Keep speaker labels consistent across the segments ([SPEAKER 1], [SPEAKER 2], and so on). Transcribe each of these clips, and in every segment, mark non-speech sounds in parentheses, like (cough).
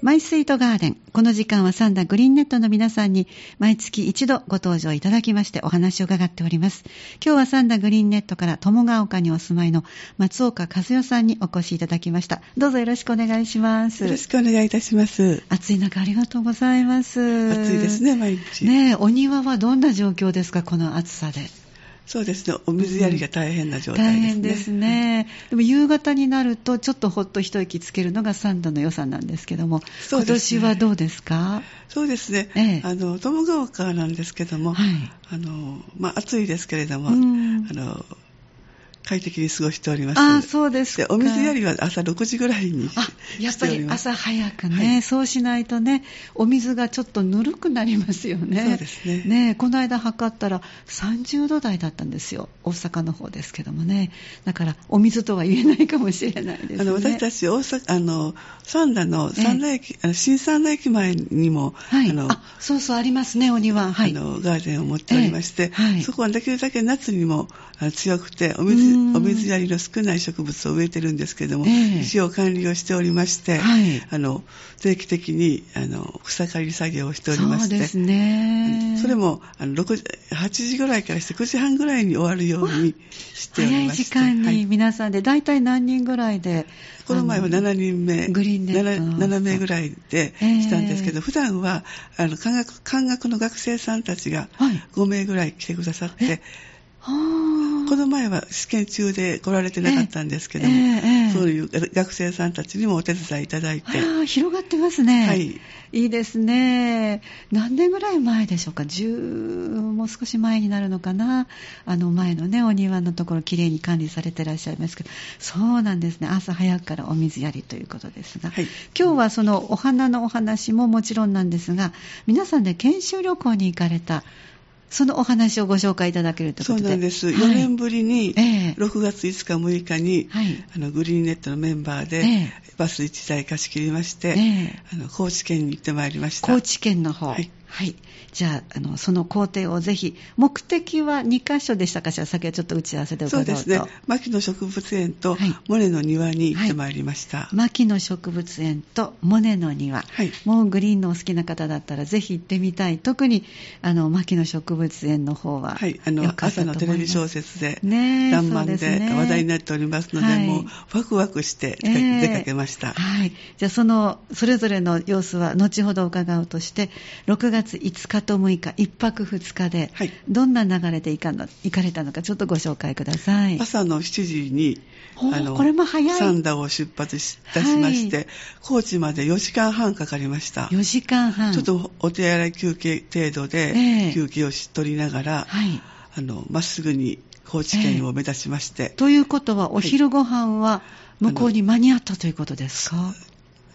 [SPEAKER 1] マイスイートガーデン。この時間はサンダグリーンネットの皆さんに毎月一度ご登場いただきましてお話を伺っております。今日はサンダグリーンネットから友ヶ丘にお住まいの松岡和代さんにお越しいただきました。どうぞよろしくお願いします。
[SPEAKER 2] よろしくお願いいたします。
[SPEAKER 1] 暑い中ありがとうございます。
[SPEAKER 2] 暑いです。ね、毎日。
[SPEAKER 1] ねえ、お庭はどんな状況ですか、この暑さで。
[SPEAKER 2] そうですね、お水やりが大変な状
[SPEAKER 1] 大
[SPEAKER 2] 態ですね。
[SPEAKER 1] 変ですね。でも夕方になると、ちょっとほっと一息つけるのがサンダの良さなんですけども、
[SPEAKER 2] そ
[SPEAKER 1] 今
[SPEAKER 2] うです
[SPEAKER 1] 年
[SPEAKER 2] ね
[SPEAKER 1] はどうですか
[SPEAKER 2] そうですね、
[SPEAKER 1] ええ
[SPEAKER 2] あの、友ヶ丘なんですけども、
[SPEAKER 1] はい
[SPEAKER 2] あの、まあ、暑いですけれども、
[SPEAKER 1] うん
[SPEAKER 2] あの、快適に過ごしております。
[SPEAKER 1] ああ、そうです
[SPEAKER 2] で
[SPEAKER 1] か。
[SPEAKER 2] お水やりは朝6時ぐらいに
[SPEAKER 1] あやっ
[SPEAKER 2] し
[SPEAKER 1] ぱ
[SPEAKER 2] ており
[SPEAKER 1] り
[SPEAKER 2] ます。
[SPEAKER 1] 朝早くね、
[SPEAKER 2] はい
[SPEAKER 1] そうしないとね、お水がちょっとぬるくなりますよね。
[SPEAKER 2] そうですね
[SPEAKER 1] えこの間測ったら30度台だったんですよ。大阪の方ですけどもね。だから、お水とは言えないかもしれないですね。
[SPEAKER 2] あの私たち大阪あの三田の三田駅、あの新三田駅前にも、
[SPEAKER 1] はい、
[SPEAKER 2] あの
[SPEAKER 1] あそうそう、ありますね、お庭。はい。
[SPEAKER 2] あのガーデンを持っておりまして、
[SPEAKER 1] ええはい
[SPEAKER 2] そこはできるだけ夏にもあの強くてお水
[SPEAKER 1] うん
[SPEAKER 2] お水やりの少ない植物を植えてるんですけども、
[SPEAKER 1] ええ
[SPEAKER 2] 一応管理をしておりまして、
[SPEAKER 1] はい
[SPEAKER 2] あの定期的にあの草刈り作業をしておりま
[SPEAKER 1] そう
[SPEAKER 2] し
[SPEAKER 1] で
[SPEAKER 2] て
[SPEAKER 1] すね。
[SPEAKER 2] それもあの6時8時ぐらいからして9時半ぐらいに終わるようにしてお
[SPEAKER 1] 早
[SPEAKER 2] り
[SPEAKER 1] い
[SPEAKER 2] ま
[SPEAKER 1] 時
[SPEAKER 2] して
[SPEAKER 1] 間
[SPEAKER 2] はい
[SPEAKER 1] に皆さんで、大体何人ぐらいで、
[SPEAKER 2] この前は
[SPEAKER 1] あの
[SPEAKER 2] 7人目、
[SPEAKER 1] グリーンネットの
[SPEAKER 2] 7, 7名ぐらいで
[SPEAKER 1] ええ
[SPEAKER 2] 来たんですけど、普段はあの漢学漢学の学生さんたちが
[SPEAKER 1] はい
[SPEAKER 2] 5名ぐらい来てくださって、
[SPEAKER 1] はあ
[SPEAKER 2] この前は試験中で来られてなかったんですけども、
[SPEAKER 1] ええええ
[SPEAKER 2] そういう学生さんたちにもお手伝いいただいて、
[SPEAKER 1] ああ広がってますね、
[SPEAKER 2] はいい、
[SPEAKER 1] いですね、何年ぐらい前でしょうか、10もう少し前になるのかな、あの前のね、お庭のところ、きれいに管理されてらっしゃいますけど、そうなんですね、朝早くからお水やりということですが、
[SPEAKER 2] はい
[SPEAKER 1] 今日はそのお花のお話ももちろんなんですが、皆さんで研修旅行に行かれた、そのお話をご紹介いただけるという
[SPEAKER 2] そ
[SPEAKER 1] こ
[SPEAKER 2] う
[SPEAKER 1] とで。
[SPEAKER 2] なんです、
[SPEAKER 1] はい
[SPEAKER 2] 4年ぶりに
[SPEAKER 1] ええ
[SPEAKER 2] 6月5日、6日に、
[SPEAKER 1] はい
[SPEAKER 2] あのグリーンネットのメンバーで、
[SPEAKER 1] ええ
[SPEAKER 2] バス1台貸し切りまして、
[SPEAKER 1] ええ
[SPEAKER 2] あの高知県に行ってまいりました。
[SPEAKER 1] 高知県の方。は
[SPEAKER 2] はいい。
[SPEAKER 1] じゃあ、あの、その工程をぜひ、目的は2カ所でしたかしら、先はちょっと打ち合わせで伺
[SPEAKER 2] そう
[SPEAKER 1] うと。
[SPEAKER 2] ですね。牧野植物園と
[SPEAKER 1] はい
[SPEAKER 2] モネの庭に行ってまいりました。
[SPEAKER 1] 牧野植物園とモネの庭、
[SPEAKER 2] はい
[SPEAKER 1] もうグリーンのお好きな方だったらぜひ行ってみたい特にあの牧野植物園の方は
[SPEAKER 2] はい、あの
[SPEAKER 1] 良かったと
[SPEAKER 2] 朝
[SPEAKER 1] 思いま
[SPEAKER 2] の
[SPEAKER 1] す
[SPEAKER 2] テレビ小説で、
[SPEAKER 1] ねえ
[SPEAKER 2] 「らん
[SPEAKER 1] そ
[SPEAKER 2] ま」
[SPEAKER 1] うんで
[SPEAKER 2] です
[SPEAKER 1] ね
[SPEAKER 2] 話題になっておりますので、
[SPEAKER 1] はい
[SPEAKER 2] もうワクワクして出
[SPEAKER 1] え
[SPEAKER 2] か,、
[SPEAKER 1] え
[SPEAKER 2] けました。
[SPEAKER 1] はい。じゃあ、その、それぞれの様子は後ほど伺うとして、6月5日と6日、1泊2日で
[SPEAKER 2] はい、
[SPEAKER 1] どんな流れで行かの行かれたのか、ちょっとご紹介ください。
[SPEAKER 2] 朝の7時に
[SPEAKER 1] ほうこれも早い
[SPEAKER 2] サンダを出発しいたしまして、
[SPEAKER 1] はい
[SPEAKER 2] 高知まで4時間半かかりました。
[SPEAKER 1] 4時間半。
[SPEAKER 2] ちょっ、とお手洗い休憩程度
[SPEAKER 1] え
[SPEAKER 2] で
[SPEAKER 1] え
[SPEAKER 2] 休憩をし取りながら、
[SPEAKER 1] はい。
[SPEAKER 2] あのまっすぐに高知県を目指しまして、
[SPEAKER 1] ということは、お昼ご飯は向こうに間に合ったということですか
[SPEAKER 2] の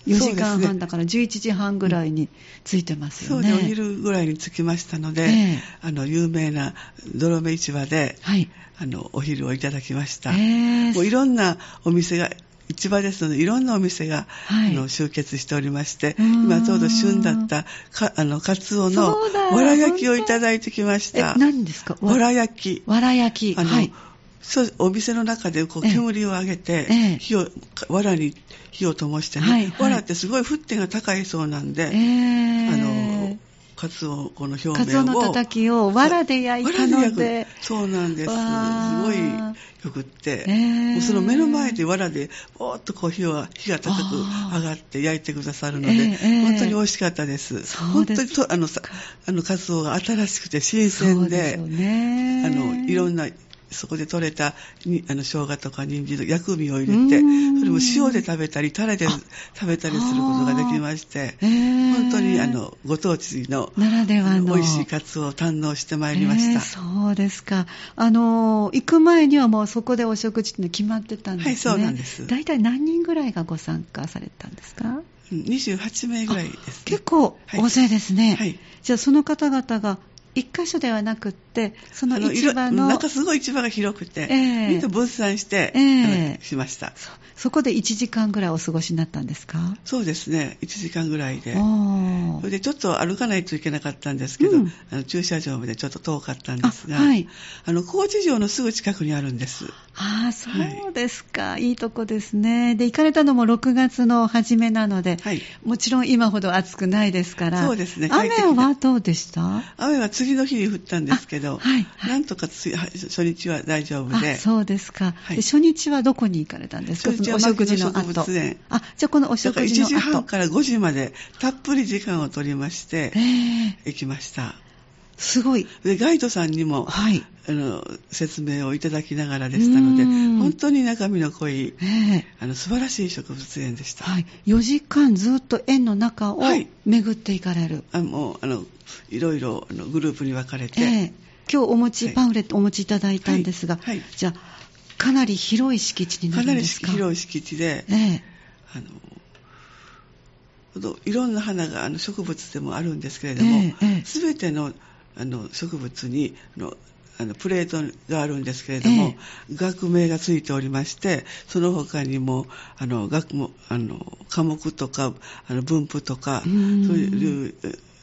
[SPEAKER 1] ?4 時間
[SPEAKER 2] そうです
[SPEAKER 1] 半
[SPEAKER 2] ね
[SPEAKER 1] だから11時半ぐらいに着いてます
[SPEAKER 2] そ
[SPEAKER 1] よ
[SPEAKER 2] う
[SPEAKER 1] ね。
[SPEAKER 2] でお昼ぐらいに着きましたの
[SPEAKER 1] え
[SPEAKER 2] で、
[SPEAKER 1] え
[SPEAKER 2] あの有名な泥目市場で
[SPEAKER 1] はい。
[SPEAKER 2] あのお昼をいただきました、
[SPEAKER 1] えー
[SPEAKER 2] もういろんなお店が市場ですのでいろんなお店が、
[SPEAKER 1] はい
[SPEAKER 2] あの集結しておりまして
[SPEAKER 1] うーん
[SPEAKER 2] 今ちょうど旬だったかあのカツオの
[SPEAKER 1] そうだ
[SPEAKER 2] わら焼きをいただいてきまし
[SPEAKER 1] え、
[SPEAKER 2] た
[SPEAKER 1] 何ですか
[SPEAKER 2] わら焼き
[SPEAKER 1] わら焼き。
[SPEAKER 2] あの、
[SPEAKER 1] はい。
[SPEAKER 2] そうお店の中でこう
[SPEAKER 1] ええ
[SPEAKER 2] 煙を上げて、
[SPEAKER 1] ええ
[SPEAKER 2] 火をわらに火を灯してね、
[SPEAKER 1] はいはい
[SPEAKER 2] わらってすごい沸点が高いそうなん
[SPEAKER 1] え
[SPEAKER 2] で、
[SPEAKER 1] ー
[SPEAKER 2] あのカツオこの表面
[SPEAKER 1] カ
[SPEAKER 2] を
[SPEAKER 1] ツオのたたきをわらで焼いたの
[SPEAKER 2] わら
[SPEAKER 1] で
[SPEAKER 2] 焼くそうなんですす
[SPEAKER 1] わ
[SPEAKER 2] ごい
[SPEAKER 1] ー
[SPEAKER 2] よくって、
[SPEAKER 1] えー
[SPEAKER 2] もうその目の前でわらでぼーっとこう火は火が高く
[SPEAKER 1] あー
[SPEAKER 2] 上がって焼いてくださるので、
[SPEAKER 1] えーえー
[SPEAKER 2] 本当に美味しかったです
[SPEAKER 1] そうです
[SPEAKER 2] 本当にとあのさあのカツオが新しくて新
[SPEAKER 1] そ
[SPEAKER 2] 鮮
[SPEAKER 1] うです
[SPEAKER 2] で
[SPEAKER 1] よね
[SPEAKER 2] あのいろんなそこで採れたにあの生姜とか人参の薬味を入れて
[SPEAKER 1] うん
[SPEAKER 2] それも塩で食べたりタレで食べたりすることができまして、
[SPEAKER 1] えー
[SPEAKER 2] 本当にあのご当地の
[SPEAKER 1] ならではの
[SPEAKER 2] 美味しいカツオを堪能してまいりま
[SPEAKER 1] え
[SPEAKER 2] し
[SPEAKER 1] ー
[SPEAKER 2] た、
[SPEAKER 1] そうですかあの行く前にはもうそこでお食事っての決まってたんですね
[SPEAKER 2] はいそうなんです
[SPEAKER 1] 大体何人ぐらいがご参加されたんですか
[SPEAKER 2] うん28名ぐらいです、ね、
[SPEAKER 1] 結構大勢ですね、
[SPEAKER 2] はい
[SPEAKER 1] じゃあその方々が一箇所ではなくって、その
[SPEAKER 2] あの
[SPEAKER 1] 市場の
[SPEAKER 2] いろなんかすごい市場が広くて、
[SPEAKER 1] ええ
[SPEAKER 2] みんな分散して、
[SPEAKER 1] ええ
[SPEAKER 2] うんしました。
[SPEAKER 1] そ、そこで1時間ぐらいお過ごしになったんですか
[SPEAKER 2] そうですね、1時間ぐらいで。
[SPEAKER 1] お
[SPEAKER 2] それ
[SPEAKER 1] ー
[SPEAKER 2] でちょっと歩かないといけなかったんですけど、
[SPEAKER 1] うん
[SPEAKER 2] あの駐車場までちょっと遠かったんですが、
[SPEAKER 1] あはい
[SPEAKER 2] あの高知城のすぐ近くにあるんです。
[SPEAKER 1] ああ、そうですか、い、いとこですね。で、行かれたのも6月の初めなので、
[SPEAKER 2] はい、
[SPEAKER 1] もちろん今ほど暑くないですから、
[SPEAKER 2] そうですね
[SPEAKER 1] 雨
[SPEAKER 2] 快適な
[SPEAKER 1] はどうでした
[SPEAKER 2] 雨は次の日に降ったんですけど、
[SPEAKER 1] あはいはい
[SPEAKER 2] なんとかついは初日は大丈夫
[SPEAKER 1] あ
[SPEAKER 2] で、
[SPEAKER 1] そうですか、
[SPEAKER 2] はい
[SPEAKER 1] で初日はどこに行かれたんですか、
[SPEAKER 2] 初日
[SPEAKER 1] その
[SPEAKER 2] は
[SPEAKER 1] お食事の
[SPEAKER 2] 牧野
[SPEAKER 1] 後
[SPEAKER 2] 植物園
[SPEAKER 1] あじゃあ、このお
[SPEAKER 2] だか
[SPEAKER 1] 食
[SPEAKER 2] ら1
[SPEAKER 1] 事の
[SPEAKER 2] 時半
[SPEAKER 1] 後
[SPEAKER 2] から5時までたっぷり時間を取りまして
[SPEAKER 1] え、え
[SPEAKER 2] 行きました。
[SPEAKER 1] すごい、
[SPEAKER 2] でガイドさんにも、
[SPEAKER 1] はい、
[SPEAKER 2] あの説明をいただきながらでしたので、
[SPEAKER 1] うん
[SPEAKER 2] 本当に中身の濃い
[SPEAKER 1] ええ
[SPEAKER 2] あの素晴らしい植物園でした。
[SPEAKER 1] はい、4時間ずっと園の中を
[SPEAKER 2] はい
[SPEAKER 1] 巡っていかれる、
[SPEAKER 2] あもうあのいろいろあのグループに分かれて、
[SPEAKER 1] ええ今日お持ち、
[SPEAKER 2] はい
[SPEAKER 1] パンフレットお持ちいただいたんですが、
[SPEAKER 2] はいはい
[SPEAKER 1] じゃあ、かなり広い敷地にな
[SPEAKER 2] か
[SPEAKER 1] る
[SPEAKER 2] なんり
[SPEAKER 1] ですか。
[SPEAKER 2] 広い敷地で、
[SPEAKER 1] ええ
[SPEAKER 2] あのほどいろんな花があの植物でもあるんですけれども
[SPEAKER 1] ええええ、
[SPEAKER 2] すべ、てのあの植物にあのあのプレートがあるんですけれども
[SPEAKER 1] え、
[SPEAKER 2] 学名がついておりまして、その他にもあの学もあの科目とかあの分布とか、
[SPEAKER 1] う
[SPEAKER 2] そうんいう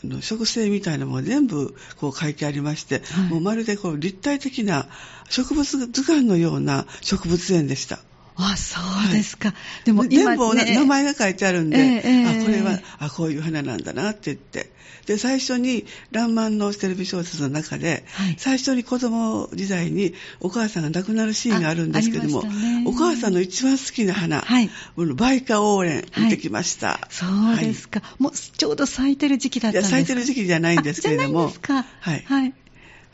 [SPEAKER 2] あの植生みたいなのも全部こう書いてありまして、
[SPEAKER 1] はい
[SPEAKER 2] もうまるでこう立体的な植物図鑑のような植物園でした。
[SPEAKER 1] あそうですか、でも今、
[SPEAKER 2] 全部おな、
[SPEAKER 1] ね
[SPEAKER 2] 名前が書いてあるんで、
[SPEAKER 1] ええええ
[SPEAKER 2] あこれはあこういう花なんだなって言ってで最初に「らんまん」のテレビ小説の中で、
[SPEAKER 1] はい
[SPEAKER 2] 最初に子供時代にお母さんが亡くなるシーンがあるんですけど
[SPEAKER 1] あ
[SPEAKER 2] も、
[SPEAKER 1] ありましたね
[SPEAKER 2] お母さんの一番好きな花、
[SPEAKER 1] はい
[SPEAKER 2] このバイカオーレン
[SPEAKER 1] はい
[SPEAKER 2] 見てきました、
[SPEAKER 1] そうですか、もうちょうど咲いてる時期だ
[SPEAKER 2] は
[SPEAKER 1] っ
[SPEAKER 2] いい
[SPEAKER 1] たんです
[SPEAKER 2] や咲いてる時期じゃないんですけれども
[SPEAKER 1] あじゃないんですか
[SPEAKER 2] はい
[SPEAKER 1] はい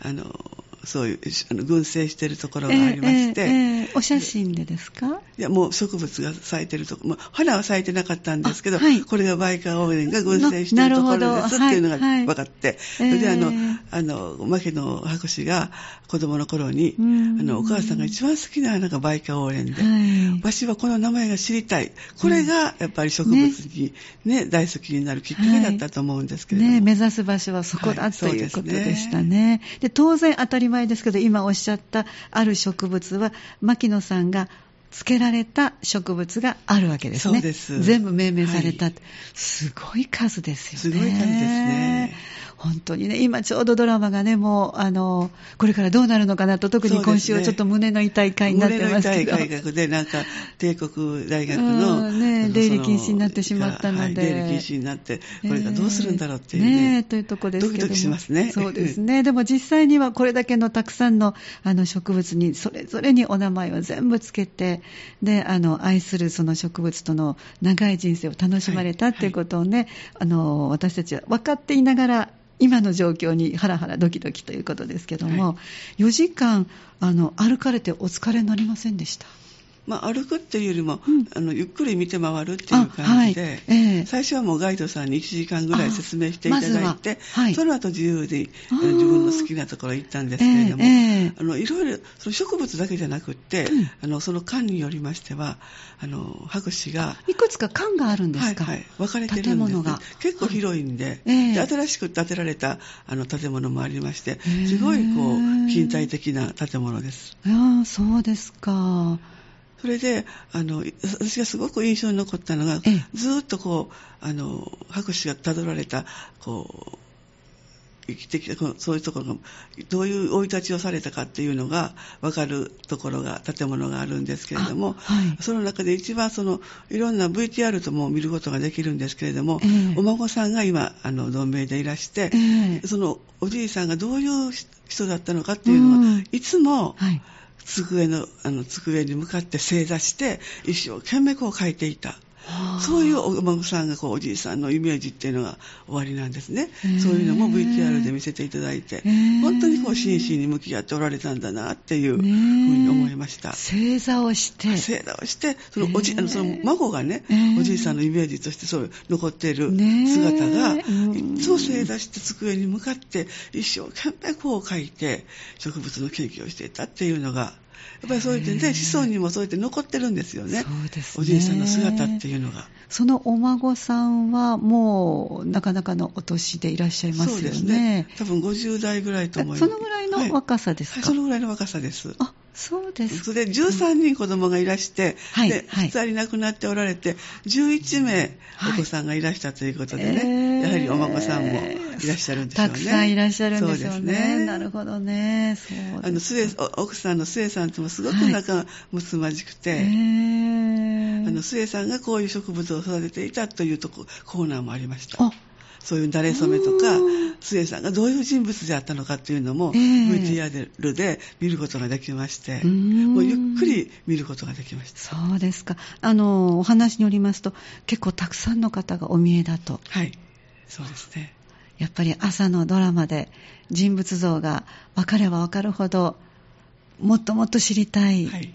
[SPEAKER 2] あのそういうあの群生してるところがありまして、
[SPEAKER 1] ええええお写真でですか
[SPEAKER 2] いやもう植物が咲いてるとこ、まあ、花は咲いてなかったんですけど、
[SPEAKER 1] あはい
[SPEAKER 2] これがバイカーオーレンが群生してるとこ
[SPEAKER 1] なな
[SPEAKER 2] ろ
[SPEAKER 1] る
[SPEAKER 2] で
[SPEAKER 1] ほ
[SPEAKER 2] す
[SPEAKER 1] ど
[SPEAKER 2] っていうのが
[SPEAKER 1] はいはい
[SPEAKER 2] 分かって、そ
[SPEAKER 1] えー
[SPEAKER 2] れであの、あの、牧野博士が子供の頃に、あ
[SPEAKER 1] うん
[SPEAKER 2] の、お母さんが一番好きな花がバイカーオーレンで、
[SPEAKER 1] はい
[SPEAKER 2] 私はこの名前が知りたい。これがやっぱり植物にね、大好きになるきっかけだったと思うんですけれども。
[SPEAKER 1] ね、目指す場所はそこだ、
[SPEAKER 2] はい
[SPEAKER 1] ということ
[SPEAKER 2] そうですね
[SPEAKER 1] でしたねで当然当たり前ですけど今おっしゃったある植物は牧野さんが付けられた植物があるわけですね
[SPEAKER 2] そうです
[SPEAKER 1] 全部命名された、すごい数ですよね
[SPEAKER 2] すごい数ですね
[SPEAKER 1] 本当にね今ちょうどドラマがねもうあのこれからどうなるのかなと特に今週はちょっと胸の痛い回になってますけど、
[SPEAKER 2] 胸の痛い改革で、なんか、帝国大学
[SPEAKER 1] う
[SPEAKER 2] の、
[SPEAKER 1] んね
[SPEAKER 2] あの
[SPEAKER 1] 出入り
[SPEAKER 2] その
[SPEAKER 1] 禁止になってしまったので
[SPEAKER 2] はい出入り禁止になって、これがどうするんだろうっていうね。
[SPEAKER 1] えというとこですけれども
[SPEAKER 2] ドキドキしますね。
[SPEAKER 1] そうですね。でも実際にはこれだけのたくさんのあの植物にそれぞれにお名前を全部つけて、であの愛するその植物との長い人生を楽しまれた
[SPEAKER 2] はい
[SPEAKER 1] っていうことをね、あの私たちは分かっていながら。今の状況にハラハラドキドキということですけども、
[SPEAKER 2] は
[SPEAKER 1] 4時間あの歩かれてお疲れになりませんでした
[SPEAKER 2] まあ、歩くっていうよりも、
[SPEAKER 1] うん
[SPEAKER 2] あのゆっくり見て回るっていう感じ
[SPEAKER 1] あ
[SPEAKER 2] で、
[SPEAKER 1] はいええ
[SPEAKER 2] 最初はもうガイドさんに1時間ぐらい説明してい
[SPEAKER 1] あ
[SPEAKER 2] ただいて、
[SPEAKER 1] まずははい
[SPEAKER 2] その後自由に
[SPEAKER 1] あ
[SPEAKER 2] あ
[SPEAKER 1] ー
[SPEAKER 2] の自分の好きなところ行ったんですけれども、
[SPEAKER 1] ええええ
[SPEAKER 2] あのいろいろその植物だけじゃなくって、あのその間によりましてはあの博士が
[SPEAKER 1] いくつか館があるんですか、
[SPEAKER 2] はいはい、分かれてるんです
[SPEAKER 1] 建物が
[SPEAKER 2] 結構広いんで,、
[SPEAKER 1] ええ
[SPEAKER 2] で新しく建てられたあの建物もありまして
[SPEAKER 1] ー
[SPEAKER 2] すごいこう近代的な建物です
[SPEAKER 1] ああそうですか
[SPEAKER 2] それであのい私がすごく印象に残ったのが、
[SPEAKER 1] ええ
[SPEAKER 2] ずーっとこうあの博士がたどられたこう生きてきたこのそういうところがどういう生い立ちをされたかっていうのが分かるところが建物があるんですけれども、
[SPEAKER 1] あはい
[SPEAKER 2] その中で一番そのいろんな VTR とも見ることができるんですけれども、
[SPEAKER 1] ええ
[SPEAKER 2] お孫さんが今あの同盟でいらして、
[SPEAKER 1] ええ
[SPEAKER 2] そのおじいさんがどういう人だったのかっていうのは、
[SPEAKER 1] うん
[SPEAKER 2] いつも、
[SPEAKER 1] はい
[SPEAKER 2] 机の、あの、机に向かって正座して、一生懸命こう書いていた。そういうお孫さんがこうおじいさんのイメージっていうのが終わりなんですね
[SPEAKER 1] へー。
[SPEAKER 2] そういうのも VTR で見せていただいて
[SPEAKER 1] ー、
[SPEAKER 2] 本当にこう真摯に向き合っておられたんだなっていうふう
[SPEAKER 1] ねえ
[SPEAKER 2] に思いました。
[SPEAKER 1] 正座をして
[SPEAKER 2] 正座をして、そのおじ、あのその孫がね
[SPEAKER 1] えー、
[SPEAKER 2] おじいさんのイメージとしてそう残っている
[SPEAKER 1] ねえ
[SPEAKER 2] 姿が、
[SPEAKER 1] うん
[SPEAKER 2] いつも正座して机に向かって、一生懸命こう書いて、植物の研究をしていたっていうのが、やっぱりそうやって
[SPEAKER 1] へえ
[SPEAKER 2] ね、子孫にもそうやって残ってるんですよね。
[SPEAKER 1] そうですね
[SPEAKER 2] おじいさんの姿っていうのが。
[SPEAKER 1] そのお孫さんはもうなかなかのお年でいらっしゃいま
[SPEAKER 2] そう
[SPEAKER 1] すよ
[SPEAKER 2] です
[SPEAKER 1] ね
[SPEAKER 2] ね。。多分50代ぐらいと
[SPEAKER 1] あ
[SPEAKER 2] 思います。
[SPEAKER 1] そのぐらいの若さです
[SPEAKER 2] はい、
[SPEAKER 1] か、
[SPEAKER 2] そのぐらいの若さです。
[SPEAKER 1] あ、そうですか。
[SPEAKER 2] それで13人子供がいらして、
[SPEAKER 1] はい
[SPEAKER 2] で
[SPEAKER 1] はい
[SPEAKER 2] 2人亡くなっておられて、11名
[SPEAKER 1] はい
[SPEAKER 2] お子さんがいらしたということで
[SPEAKER 1] えー
[SPEAKER 2] ね、やはりお孫さんもいらっしゃるんでしょう
[SPEAKER 1] た
[SPEAKER 2] ね。
[SPEAKER 1] くさんいらっしゃるんでしょうね。
[SPEAKER 2] そうですね
[SPEAKER 1] なるほどね。そうですね
[SPEAKER 2] あの末お奥さんの末さんともすごく
[SPEAKER 1] はい
[SPEAKER 2] 仲睦まじくて、
[SPEAKER 1] えー
[SPEAKER 2] あの末さんがこういう植物を育てていたというとこコーナーもありました。
[SPEAKER 1] あ
[SPEAKER 2] そういう慣れ初めとか
[SPEAKER 1] うん、
[SPEAKER 2] 末さんがどういう人物であったのかっていうのも、
[SPEAKER 1] ええ
[SPEAKER 2] VTR で見ることができまして、
[SPEAKER 1] うん
[SPEAKER 2] もうゆっくり見ることができました。
[SPEAKER 1] そうですか。あの、お話によりますと、結構たくさんの方がお見えだと。
[SPEAKER 2] はい。そうですね。
[SPEAKER 1] やっぱり朝のドラマで人物像が分かれば分かるほど、もっともっと知りたい。
[SPEAKER 2] はい。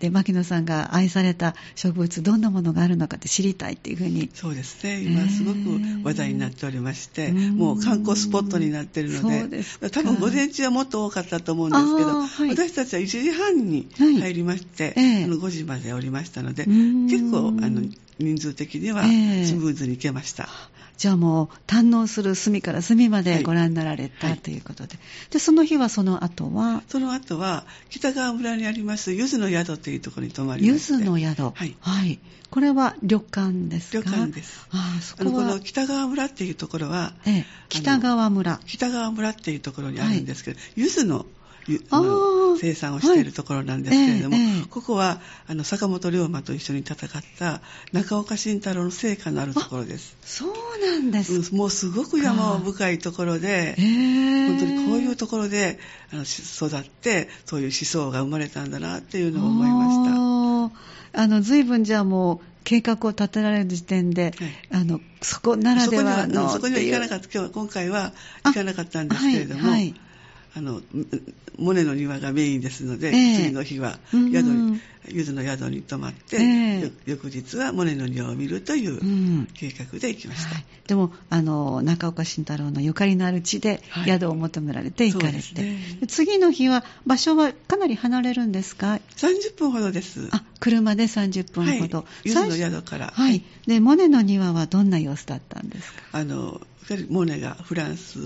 [SPEAKER 1] で、牧野さんが愛された植物、どんなものがあるのかって知りたいっていうふうに。
[SPEAKER 2] そうです
[SPEAKER 1] え
[SPEAKER 2] ね。
[SPEAKER 1] ー
[SPEAKER 2] 今すごく話題になっておりまして、
[SPEAKER 1] うん
[SPEAKER 2] もう観光スポットになってるので、
[SPEAKER 1] そうですか
[SPEAKER 2] 多分午前中はもっと多かったと思うんですけ
[SPEAKER 1] あー
[SPEAKER 2] ど、
[SPEAKER 1] はい
[SPEAKER 2] 私たちは1時半に
[SPEAKER 1] はい
[SPEAKER 2] 入りまして、
[SPEAKER 1] ええ
[SPEAKER 2] あの5時までおりましたので、
[SPEAKER 1] うん
[SPEAKER 2] 結構あの人数的には
[SPEAKER 1] ええ
[SPEAKER 2] スムーズに行けました。
[SPEAKER 1] じゃあもう堪能する隅から隅ま
[SPEAKER 2] は
[SPEAKER 1] で
[SPEAKER 2] い
[SPEAKER 1] ご覧になられた
[SPEAKER 2] はい
[SPEAKER 1] ということで。で、その日はその後は、
[SPEAKER 2] その後は北川村にありますゆずの宿というところに泊まり
[SPEAKER 1] ゆ
[SPEAKER 2] まして
[SPEAKER 1] ずの宿。
[SPEAKER 2] はい
[SPEAKER 1] これは旅館ですか
[SPEAKER 2] 旅館です。
[SPEAKER 1] ああ、そ
[SPEAKER 2] あの
[SPEAKER 1] こ
[SPEAKER 2] こ
[SPEAKER 1] は
[SPEAKER 2] の、北川村っていうところは
[SPEAKER 1] ええ、北川村。
[SPEAKER 2] 北川村っていうところにあるんですけど、ゆずのゆ
[SPEAKER 1] あー
[SPEAKER 2] あの生産をしているところなんですけれども、
[SPEAKER 1] はいええええ
[SPEAKER 2] ここはあの坂本龍馬と一緒に戦った中岡慎太郎の成果のあるところです。
[SPEAKER 1] そうなんです。
[SPEAKER 2] うんもうすごく山深いところで、
[SPEAKER 1] ええ
[SPEAKER 2] 本当にこういうところであのし育って、そういう思想が生まれたんだなっていうのを思いまし
[SPEAKER 1] ました。あの、随分じゃあもう、計画を立てられる時点で、あの、そこなら
[SPEAKER 2] た。そこ
[SPEAKER 1] で
[SPEAKER 2] に
[SPEAKER 1] は
[SPEAKER 2] はう
[SPEAKER 1] の
[SPEAKER 2] んそこには行かなか
[SPEAKER 1] っ
[SPEAKER 2] った今日は今回は行かなかったんですけれども、
[SPEAKER 1] はい、はい
[SPEAKER 2] あのうんモネの庭がメインですので、
[SPEAKER 1] ええ
[SPEAKER 2] 次の日は
[SPEAKER 1] う
[SPEAKER 2] 宿
[SPEAKER 1] ん
[SPEAKER 2] にゆずの宿に泊まって、
[SPEAKER 1] ええ
[SPEAKER 2] よ翌日はモネの庭を見るといううん計画で行きました、
[SPEAKER 1] はいでもあの中岡慎太郎のゆかりのある地で
[SPEAKER 2] はい
[SPEAKER 1] 宿を求められて行かれて、
[SPEAKER 2] そうですね
[SPEAKER 1] で次の日は場所はかなり離れるんですか
[SPEAKER 2] 30分ほどです
[SPEAKER 1] あ車で30分
[SPEAKER 2] はい
[SPEAKER 1] ほど、
[SPEAKER 2] ゆずの宿から、
[SPEAKER 1] はい、でモネの庭はどんな様子だったんですか
[SPEAKER 2] あのやはりモネがフランス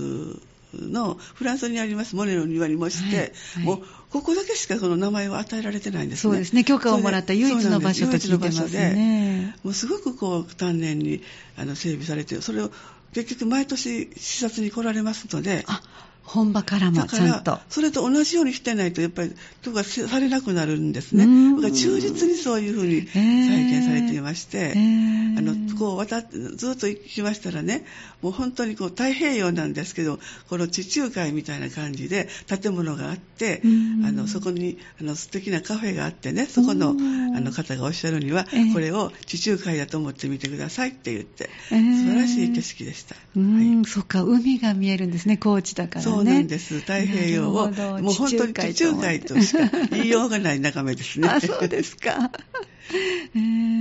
[SPEAKER 2] のフランスにありますモネの庭にもして、
[SPEAKER 1] はいはい
[SPEAKER 2] もうここだけしかその名前を与えられてないんですね
[SPEAKER 1] そうですね許可をもらった唯一の場所と
[SPEAKER 2] そ
[SPEAKER 1] 聞
[SPEAKER 2] れ
[SPEAKER 1] い
[SPEAKER 2] で
[SPEAKER 1] てま
[SPEAKER 2] そうなん
[SPEAKER 1] す
[SPEAKER 2] です唯一の場所で
[SPEAKER 1] ね
[SPEAKER 2] もうすごくこう丹念にあの整備されてそれを結局毎年視察に来られますので
[SPEAKER 1] あ本場からも
[SPEAKER 2] だか
[SPEAKER 1] ちゃんと
[SPEAKER 2] らそれと同じようにしてないとやっぱりとかせされなくなるんです
[SPEAKER 1] う
[SPEAKER 2] ね
[SPEAKER 1] ん
[SPEAKER 2] だから忠実にそういうふう
[SPEAKER 1] ー
[SPEAKER 2] に再現されていまし
[SPEAKER 1] え
[SPEAKER 2] て、
[SPEAKER 1] ー
[SPEAKER 2] あのこう渡ってずっと行きましたらねもう本当にこう太平洋なんですけどこの地中海みたいな感じで建物があって
[SPEAKER 1] うん
[SPEAKER 2] あのそこにあの素敵なカフェがあってねそこの
[SPEAKER 1] うん
[SPEAKER 2] あの方がおっしゃるには、
[SPEAKER 1] ええ
[SPEAKER 2] これを地中海だと思ってみてくださいって言って、
[SPEAKER 1] えー
[SPEAKER 2] 素晴らしい景色でした。
[SPEAKER 1] うー
[SPEAKER 2] はい
[SPEAKER 1] ん、そっか、海が見えるんですね、高知だからね。
[SPEAKER 2] そうなんです。太平洋を、
[SPEAKER 1] なるほど
[SPEAKER 2] もう本当に地中海としか言いようがない眺めです
[SPEAKER 1] (laughs)
[SPEAKER 2] ね。
[SPEAKER 1] あ、そうですか。 (laughs) えー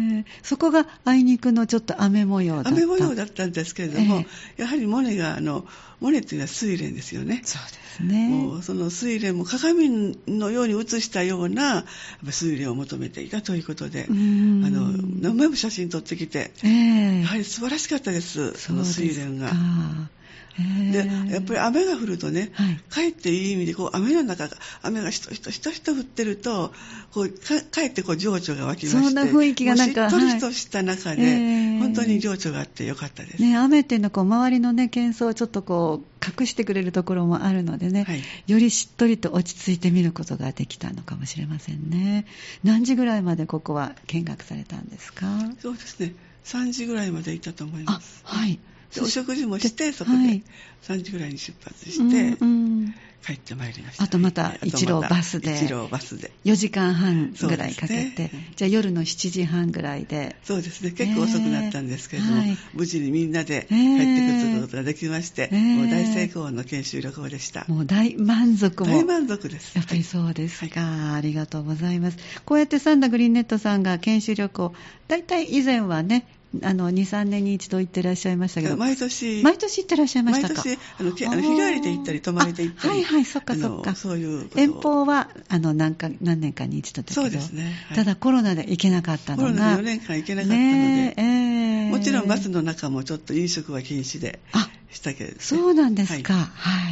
[SPEAKER 1] そこがあいにくのちょっと雨模様だった。
[SPEAKER 2] 雨模様
[SPEAKER 1] だ
[SPEAKER 2] だったんですけれども、
[SPEAKER 1] え
[SPEAKER 2] やはりモネが、あの、モネっていうのは睡蓮ですよね。
[SPEAKER 1] そうですね。
[SPEAKER 2] もうその睡蓮も鏡のように映したようなやっぱ睡蓮を求めていたということで、
[SPEAKER 1] うー
[SPEAKER 2] あ
[SPEAKER 1] ん
[SPEAKER 2] の、何枚も写真撮ってきて、
[SPEAKER 1] ええ
[SPEAKER 2] やはり素晴らしかったです、その
[SPEAKER 1] そうで
[SPEAKER 2] 睡
[SPEAKER 1] すか
[SPEAKER 2] 蓮が。
[SPEAKER 1] え
[SPEAKER 2] で、
[SPEAKER 1] ー
[SPEAKER 2] やっぱり雨が降るとね、
[SPEAKER 1] はい
[SPEAKER 2] かえっていい意味で、こう、雨の中が、雨がひとひとひとひと降ってると、こう、かかえってこう、情緒が湧きまして。
[SPEAKER 1] そんな雰囲気がなんか
[SPEAKER 2] もうしっとりとした中で、
[SPEAKER 1] はいえー
[SPEAKER 2] 本当に情緒があってよかったです。
[SPEAKER 1] ね、雨っていうのはこう周りのね喧騒をちょっとこう隠してくれるところもあるのでね、
[SPEAKER 2] はい
[SPEAKER 1] よりしっとりと落ち着いて見ることができたのかもしれませんね何時ぐらいまでここは見学されたんですか
[SPEAKER 2] そうですね。3時ぐらいまで行ったと思い
[SPEAKER 1] あ
[SPEAKER 2] ます。
[SPEAKER 1] はい
[SPEAKER 2] でお食事もして、そこ
[SPEAKER 1] は
[SPEAKER 2] で
[SPEAKER 1] い
[SPEAKER 2] 3時ぐらいに出発
[SPEAKER 1] う
[SPEAKER 2] し
[SPEAKER 1] ん
[SPEAKER 2] て、
[SPEAKER 1] うん
[SPEAKER 2] 帰ってまいりました。
[SPEAKER 1] あとまた
[SPEAKER 2] はいあと
[SPEAKER 1] 一路バスで
[SPEAKER 2] 一路バスで。
[SPEAKER 1] 4時間半ぐらいかけ
[SPEAKER 2] そう
[SPEAKER 1] て、
[SPEAKER 2] ですね
[SPEAKER 1] じゃあ夜の7時半ぐらいで
[SPEAKER 2] そうですね結構遅くなったんですけれども、
[SPEAKER 1] えーはい
[SPEAKER 2] 無事にみんなで帰ってくることができまして、
[SPEAKER 1] えー
[SPEAKER 2] もう大成功の研修旅行でした、
[SPEAKER 1] もう大満足も
[SPEAKER 2] 大満足です
[SPEAKER 1] やっぱりそうですか、ありがとうございますこうやってサンダグリーンネットさんが研修旅行大体以前はねあの23年に一度行ってらっしゃいましたけど
[SPEAKER 2] 毎年
[SPEAKER 1] 毎年行ってらっしゃいましたか
[SPEAKER 2] 毎年あのけあの日帰りで行ったり泊まりで行ったり
[SPEAKER 1] あはいはいそっかそっ
[SPEAKER 2] あ
[SPEAKER 1] か
[SPEAKER 2] のそういうことを
[SPEAKER 1] 遠方はあの何か何年かに一度だけど
[SPEAKER 2] そうですねはい
[SPEAKER 1] ただコロナで行けなかった
[SPEAKER 2] コ
[SPEAKER 1] の
[SPEAKER 2] ロナ
[SPEAKER 1] が
[SPEAKER 2] で4年間行けなかったので、
[SPEAKER 1] ねえええ
[SPEAKER 2] もちろんバスの中もちょっと飲食は禁止で
[SPEAKER 1] あ
[SPEAKER 2] したけれど、ね、
[SPEAKER 1] そうなんですか、
[SPEAKER 2] は
[SPEAKER 1] はいい、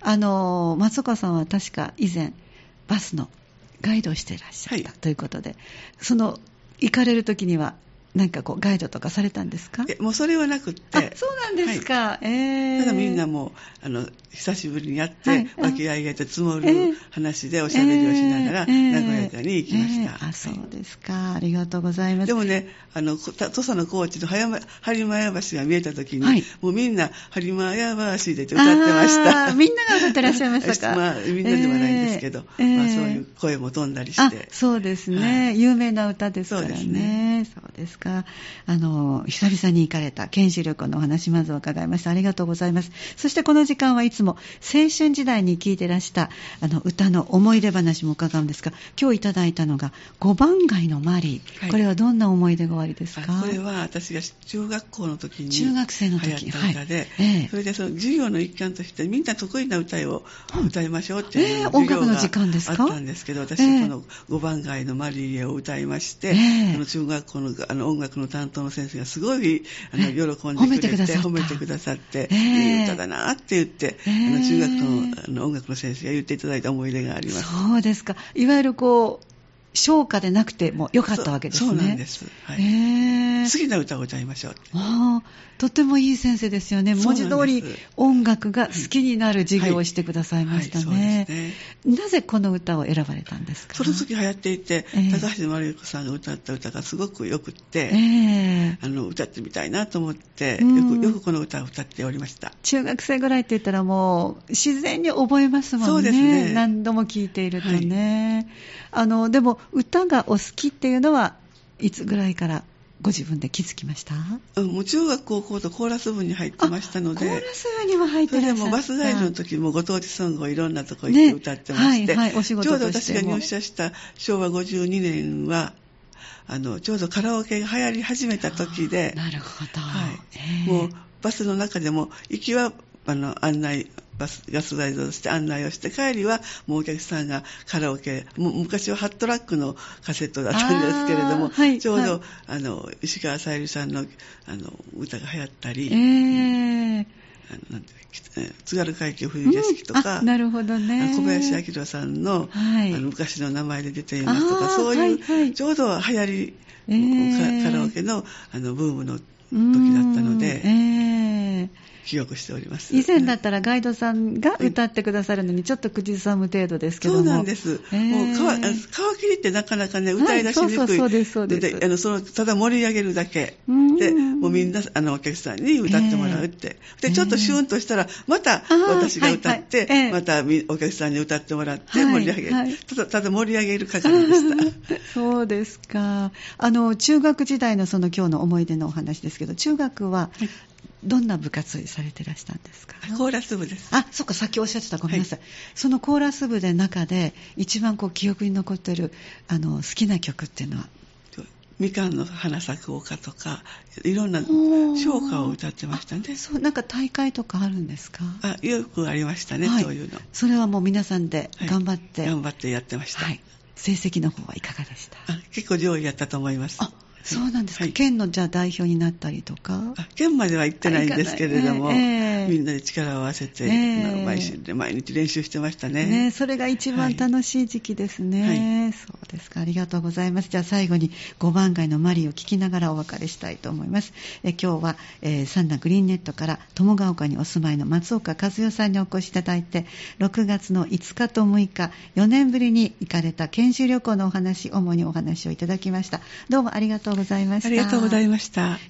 [SPEAKER 1] あの松岡さんは確か以前バスのガイドをしていらっしゃった
[SPEAKER 2] はい
[SPEAKER 1] ということで、その行かれる時にはなんかこうガイドとかされたんですか？
[SPEAKER 2] えもうそれはなくっ
[SPEAKER 1] あ
[SPEAKER 2] て、
[SPEAKER 1] そうなんですか。えー
[SPEAKER 2] ただみんなもうあの久しぶりに会って、
[SPEAKER 1] はい
[SPEAKER 2] 和気あいあいと積も
[SPEAKER 1] え
[SPEAKER 2] る
[SPEAKER 1] え
[SPEAKER 2] 話でおしゃべりをしながら、
[SPEAKER 1] えー
[SPEAKER 2] 和やかに行きました、
[SPEAKER 1] えーあ、そう
[SPEAKER 2] は
[SPEAKER 1] ですか。ありがとうございます。
[SPEAKER 2] いでもねあのこた土佐の高知の早ま播磨屋橋が見えた時に、
[SPEAKER 1] はい
[SPEAKER 2] もうみんな播磨屋橋でって歌ってました
[SPEAKER 1] あーみんなが歌ってらっしゃいましたか。
[SPEAKER 2] (laughs) まあみんなではないんですけど、
[SPEAKER 1] えー
[SPEAKER 2] まあ、そういう声も飛んだりし
[SPEAKER 1] あ
[SPEAKER 2] て
[SPEAKER 1] そうですね、有名な歌ですから
[SPEAKER 2] そうです
[SPEAKER 1] ねそうですかあの久々に行かれた研修旅行のお話まず伺いましたありがとうございますそしてこの時間はいつも青春時代に聴いてらしたあの歌の思い出話も伺うんですが今日いただいたのが「五番街のマリー」
[SPEAKER 2] はい
[SPEAKER 1] これはどんな思い出がおありです
[SPEAKER 2] あ
[SPEAKER 1] か
[SPEAKER 2] これは私が中学校の時に
[SPEAKER 1] 中学生の時
[SPEAKER 2] 流行った歌で、
[SPEAKER 1] はいええ
[SPEAKER 2] それでその授業の一環としてみんな得意な歌いを歌いましょうっていう
[SPEAKER 1] ええ
[SPEAKER 2] 授業
[SPEAKER 1] 音楽
[SPEAKER 2] が
[SPEAKER 1] の時間ですか
[SPEAKER 2] あったんですけど私
[SPEAKER 1] ええ
[SPEAKER 2] この「五番街のマリー」を歌いまして、
[SPEAKER 1] ええ
[SPEAKER 2] あの中学校のあの音楽の担当の先生がすごいあの
[SPEAKER 1] ええ
[SPEAKER 2] 喜んでくれて
[SPEAKER 1] 褒めてくださった
[SPEAKER 2] 褒めてくださって、
[SPEAKER 1] ええ
[SPEAKER 2] いい歌だなって言って、
[SPEAKER 1] ええ
[SPEAKER 2] あの中学校のあの音楽の先生が言っていただいた思い出があります。
[SPEAKER 1] そうですかいわゆるこう昇華でなくてもよかったわけですね
[SPEAKER 2] そうそうなんです、はい
[SPEAKER 1] ええ
[SPEAKER 2] 好きな歌を歌いましょうって
[SPEAKER 1] ああとてもいい先生ですよね
[SPEAKER 2] そうな
[SPEAKER 1] 文
[SPEAKER 2] んで
[SPEAKER 1] 字
[SPEAKER 2] す
[SPEAKER 1] 通り音楽が好きになる授業をしてくださいました
[SPEAKER 2] はいはいそう
[SPEAKER 1] ね
[SPEAKER 2] ですね
[SPEAKER 1] なぜこの歌を選ばれたんですか
[SPEAKER 2] その時流行っていて、
[SPEAKER 1] ええ
[SPEAKER 2] 高橋真理子さんが歌った歌がすごくよくっ
[SPEAKER 1] え
[SPEAKER 2] て、
[SPEAKER 1] え
[SPEAKER 2] あの歌ってみたいなと思って、
[SPEAKER 1] う
[SPEAKER 2] よ
[SPEAKER 1] ん
[SPEAKER 2] くよくこの歌を歌っておりました。
[SPEAKER 1] 中学生ぐらいって言ったらもう自然に覚えますもんね
[SPEAKER 2] そうですね
[SPEAKER 1] 何度も聴いているとね、あのでも歌がお好きっていうのはいつぐらいからご自分で気づきました
[SPEAKER 2] うんもう中学高校とコーラス部に入ってましたの
[SPEAKER 1] コーラ、
[SPEAKER 2] で
[SPEAKER 1] ス部には入っ
[SPEAKER 2] そ
[SPEAKER 1] て
[SPEAKER 2] れ
[SPEAKER 1] ら
[SPEAKER 2] で
[SPEAKER 1] っしゃった
[SPEAKER 2] もうバスガイドの時もご当地ソングをいろんなとこ行って
[SPEAKER 1] ね
[SPEAKER 2] 歌ってまして、
[SPEAKER 1] はいはいお仕事
[SPEAKER 2] ちょうど
[SPEAKER 1] とし
[SPEAKER 2] 私
[SPEAKER 1] て
[SPEAKER 2] が
[SPEAKER 1] も
[SPEAKER 2] 入社した昭和52年は、あのちょうどカラオケが流行り始めた時で、
[SPEAKER 1] なるほど、
[SPEAKER 2] はい
[SPEAKER 1] ええ
[SPEAKER 2] もうバスの中でも行きはあの案内バスガスガイドとして案内をして帰りはもうお客さんがカラオケも昔はハットラックのカセットだったんですけれども、
[SPEAKER 1] あーはい
[SPEAKER 2] ちょうど、
[SPEAKER 1] はい
[SPEAKER 2] あの石川さゆりさんのあの歌が流行ったり、
[SPEAKER 1] ええ
[SPEAKER 2] あのなんていうのえー津軽海峡冬景色とか、
[SPEAKER 1] うんあなるほど
[SPEAKER 2] あ
[SPEAKER 1] ね
[SPEAKER 2] の小林明さんの,、
[SPEAKER 1] はい
[SPEAKER 2] あの昔の名前で出ていますとか
[SPEAKER 1] あー
[SPEAKER 2] そういう、
[SPEAKER 1] はいはい
[SPEAKER 2] ちょうど流行り、
[SPEAKER 1] えー
[SPEAKER 2] カカラオケのあのブームの時
[SPEAKER 1] うん
[SPEAKER 2] だったので。
[SPEAKER 1] ええ
[SPEAKER 2] 記憶しております。
[SPEAKER 1] 以前だ
[SPEAKER 2] っ
[SPEAKER 1] ったらガイドさんが歌ってくださるのにちょっと口ずさむ程度ですけど
[SPEAKER 2] そ
[SPEAKER 1] も
[SPEAKER 2] うなんです。
[SPEAKER 1] えー
[SPEAKER 2] もう皮皮切りってなかなかね、
[SPEAKER 1] はい
[SPEAKER 2] 歌い出しにくい。
[SPEAKER 1] そうそうそうですそうです
[SPEAKER 2] あのそのただ盛り上げるだけ。
[SPEAKER 1] うん
[SPEAKER 2] で、もうみんなあのお客さんに歌ってもらうって。
[SPEAKER 1] えー
[SPEAKER 2] で、ちょっとシュンとしたら、また
[SPEAKER 1] ー
[SPEAKER 2] 私が歌って、
[SPEAKER 1] はいはいえー
[SPEAKER 2] またみお客さんに歌ってもらって
[SPEAKER 1] はい
[SPEAKER 2] 盛り上げる。
[SPEAKER 1] はい
[SPEAKER 2] ただただ盛り上げる係でした。
[SPEAKER 1] そうですかあの中学時代のその今日の思い出のお話ですけど中学はどんな部活されてらしたんですか
[SPEAKER 2] コーラス部です。
[SPEAKER 1] あそっかさっきおっしゃってたごめんなさい、そのコーラス部で中で一番こう記憶に残ってるあの好きな曲っていうのは
[SPEAKER 2] みかんの花咲く丘とか、いろんな
[SPEAKER 1] ー
[SPEAKER 2] 唱歌を歌ってましたね。
[SPEAKER 1] そうなんか大会とかあるんですか
[SPEAKER 2] あ、よくありましたね、
[SPEAKER 1] はい
[SPEAKER 2] そういうの。
[SPEAKER 1] それはもう皆さんで
[SPEAKER 2] はい
[SPEAKER 1] 頑張って、はい
[SPEAKER 2] 頑張ってやってました。
[SPEAKER 1] 成績の方はいかがでした
[SPEAKER 2] あ結構上位やったと思います。
[SPEAKER 1] あそうなんですか、
[SPEAKER 2] はい
[SPEAKER 1] 県のじゃあ代表になったりとか
[SPEAKER 2] あ県までは行ってないんですけれど
[SPEAKER 1] あ行
[SPEAKER 2] も、
[SPEAKER 1] かないええ
[SPEAKER 2] みんなで力を合わせて、
[SPEAKER 1] ええ
[SPEAKER 2] まあ毎週で毎日練習してましたね。
[SPEAKER 1] ねそれが一番楽しい時期ですね、そうですかありがとうございますじゃあ最後に5番街のマリーを聞きながらお別れしたいと思いますえ今日は、えーサンダグリーンネットから友ヶ丘にお住まいの松岡和代さんにお越しいただいて6月の5日と6日4年ぶりに行かれた研修旅行のお話主にお話をいただきましたどうもありがとうございました
[SPEAKER 2] ありがとうございました。